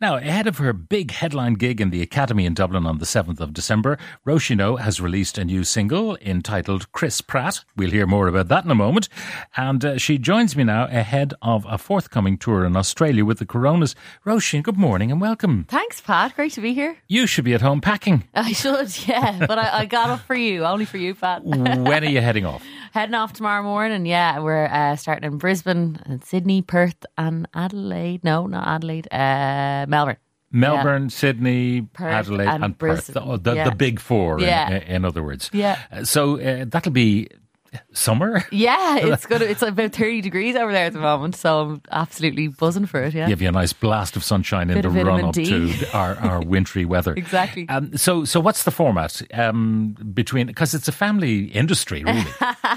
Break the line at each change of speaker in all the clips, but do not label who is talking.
Now, ahead of her big headline gig in the Academy in Dublin on the 7th of December, Roshino has released a new single entitled Chris Pratt. We'll hear more about that in a moment. And uh, she joins me now ahead of a forthcoming tour in Australia with the Coronas. Roisin, good morning and welcome.
Thanks, Pat. Great to be here.
You should be at home packing.
I should, yeah, but I, I got up for you, only for you, Pat.
when are you heading off?
Heading off tomorrow morning. Yeah, we're uh, starting in Brisbane and Sydney, Perth, and Adelaide. No, not Adelaide. Uh, Melbourne.
Melbourne, Sydney,
Perth
Adelaide,
and
and, Perth. The,
Brisbane.
oh, the,
Yeah.
the big four, in-
Yeah.
in, other words.
Yeah.
Uh, So uh, that'll be summer.
Yeah, it's gonna. It's about thirty degrees over there at the moment, so I'm absolutely buzzing for it. Yeah,
give you a nice blast of sunshine in
Bit
the
of vitamin
run up
D.
to our, our wintry weather.
Exactly.
Um, so, so what's the format um, between? Because it's a family industry, really.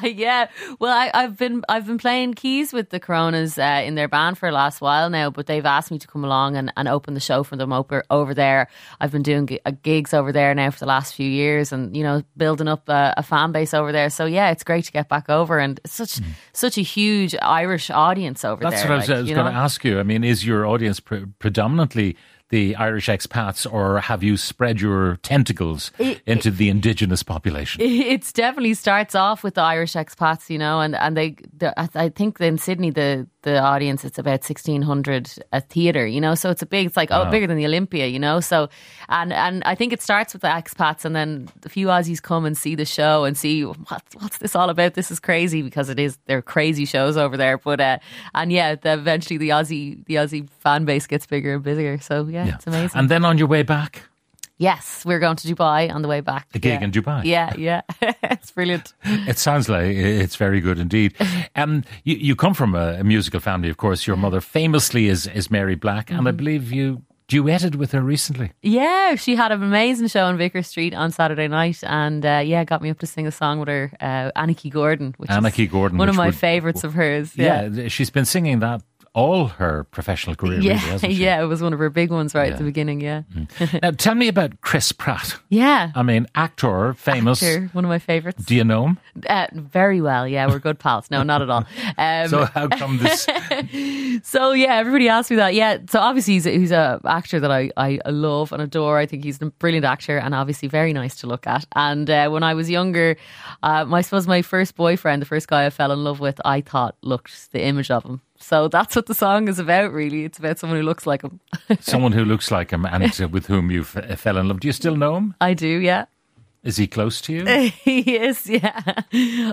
yeah. Well, I, I've been I've been playing keys with the Coronas uh, in their band for the last while now, but they've asked me to come along and, and open the show for them over over there. I've been doing gi- uh, gigs over there now for the last few years, and you know, building up a, a fan base over there. So yeah, it's great to get back over and it's such such a huge Irish audience over
Hmm. That's
there.
what I was,
like,
I was
you
going to
know?
ask you. I mean, is your audience pre- predominantly the Irish expats, or have you spread your tentacles into the indigenous population?
It's definitely starts off with the Irish expats, you know, and and they, the, I- I think in Sydney the the audience it's about sixteen hundred a theater, you know, so it's a big, it's like oh bigger than the Olympia, you know, so and and I think it starts with the expats, and then a few Aussies come and see the show and see what what's this all about? This is crazy because it is they're crazy shows over there, but uh, and yeah, the, eventually the Aussie the Aussie fan base gets bigger and bigger, so yeah, it's amazing.
And then on your way back,
yes, we're going to Dubai on the way back.
the gig
yeah.
in Dubai.
Yeah, yeah, it's brilliant.
It sounds like it's very good indeed. Um, you, you come from a, a musical family, of course. Your mother famously is, is Mary Black, and I
Mm-hmm.
believe you duetted with her recently.
Yeah, she had an amazing show on Vicker Street on Saturday night, and uh, yeah, got me up to sing a song with her, uh, Anarchy Gordon, which
Anarchy
is
Gordon,
one of
which
my
would-
favourites of hers.
Yeah. th- she's been singing that all her professional career, really,
yeah,
hasn't she?
yeah, it was one of her big ones right
Yeah. Mm.
at the beginning. Yeah,
Now, tell me about Chris Pratt.
yeah,
I mean, actor, famous.
sure, one of my favourites.
Uh, Do you know him?
Uh, very well, yeah, we're good pals. No, not at all. Um,
So how come this?
So yeah, everybody asked me that. Yeah, so obviously he's a, he's a actor that I, I love and adore. I think he's a brilliant actor and obviously very nice to look at. And uh, when I was younger, uh, my, I suppose my first boyfriend, the first guy I fell in love with, I thought looked the image of him. So that's what the song is about, really. It's about someone who looks like him.
Someone who looks like him and uh, with whom you f- uh, fell in love. Do you still know him?
I do, yeah.
Is he close to
Uh,
you?
he is, yeah.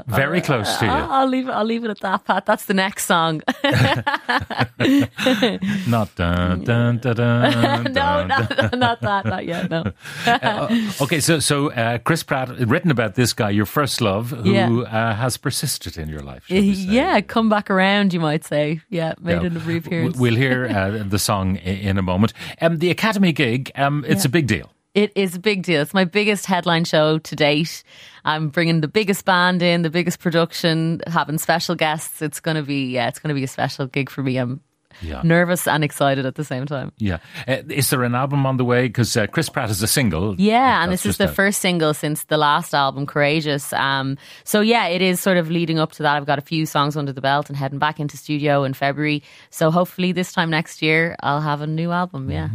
Very close to
I'll,
you.
I'll leave it. I'll leave it at that, Pat. That's the next song.
Not dun, dun, dun, dun,
no,
dun,
not, not that. Not yet. No.
Okay, so so uh, Chris Pratt written about this guy, your first love, who
Yeah.
uh, has persisted in your life. shall we say.
Yeah, come back around, you might say. Yeah, made
Yeah.
an
W-
reappearance.
We'll hear uh, the song i- in a moment. Um, the Academy gig, um, it's a big deal.
it is a big deal. It's my biggest headline show to date. I'm bringing the biggest band in, the biggest production, having special guests. It's gonna be yeah, it's gonna be a special gig for me. I'm
Yeah.
nervous and excited at the same time.
Yeah. Uh, is there an album on the way? Because uh, Chris Pratt is a single.
Yeah, and
That's
this is
just
the
out.
first single since the last album, Courageous. Um, so yeah, it is sort of leading up to that. I've got a few songs under the belt and heading back into studio in February. So hopefully this time next year I'll have a new album. Yeah.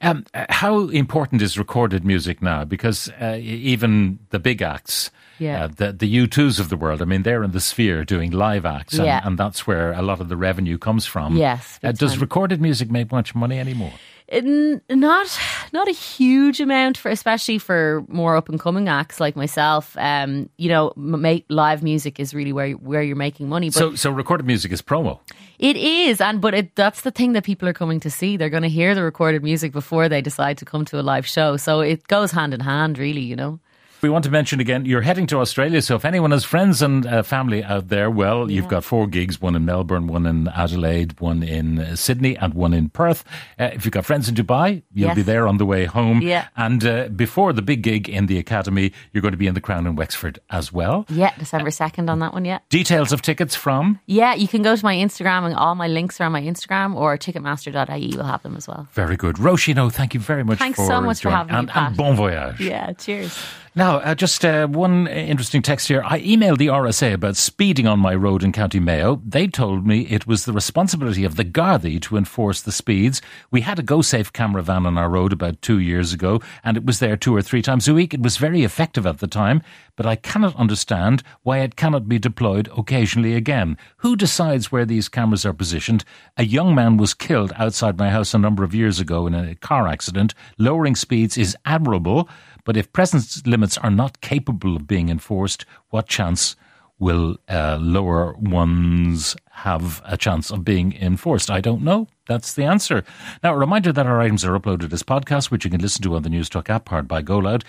Um, uh, how important is recorded music now? Because uh, e- even the big acts,
Yeah.
uh, the the U twos of the world, I mean, they're in the sphere doing live acts, and,
Yeah.
and that's where a lot of the revenue comes from.
Yes,
Uh,
big
does
time.
recorded music make much money anymore?
N- not not a huge amount for especially for more up and coming acts like myself um you know m- make live music is really where where you're making money but
so so recorded music is promo.
it is and but it, that's the thing that people are coming to see they're going to hear the recorded music before they decide to come to a live show so it goes hand in hand really you know
We want to mention again, you're heading to Australia, so if anyone has friends and uh, family out there, well, you've got four gigs one in Melbourne, one in Adelaide, one in uh, Sydney, and one in Perth. Uh, if you've got friends in Dubai, you'll be
Yes.
there on the way home.
Yeah.
And uh, before the big gig in the Academy, you're going to be in the Crown in Wexford as well.
yeah december 2nd on that one yeah
Details of tickets from?
yeah you can go to my instagram and all my links are on my instagram or ticketmaster.ie E will have them as well
Very good. Roshino, oh, thank you very much
Thanks
for
so much for
joining.
having me,
and, and
Pat.
bon voyage.
yeah cheers
Now, Now, uh, just uh, one interesting text here. I emailed the RSA about speeding on my road in County Mayo. They told me it was the responsibility of the Gardaí to enforce the speeds. We had a GoSafe camera van on our road about two years ago, and it was there two or three times a week. It was very effective at the time, but I cannot understand why it cannot be deployed occasionally again. Who decides where these cameras are positioned? A young man was killed outside my house a number of years ago in a car accident. Lowering speeds is admirable, but if presence limits are not capable of being enforced, what chance will uh, lower ones have a chance of being enforced? I don't know. That's the answer. Now, a reminder that our items are uploaded as podcasts, which you can listen to on the News Talk app, powered by Go Loud.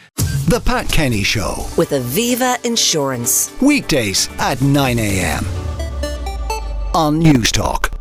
The Pat Kenny Show.
with Aviva Insurance.
Weekdays at 9 a.m. on News Talk.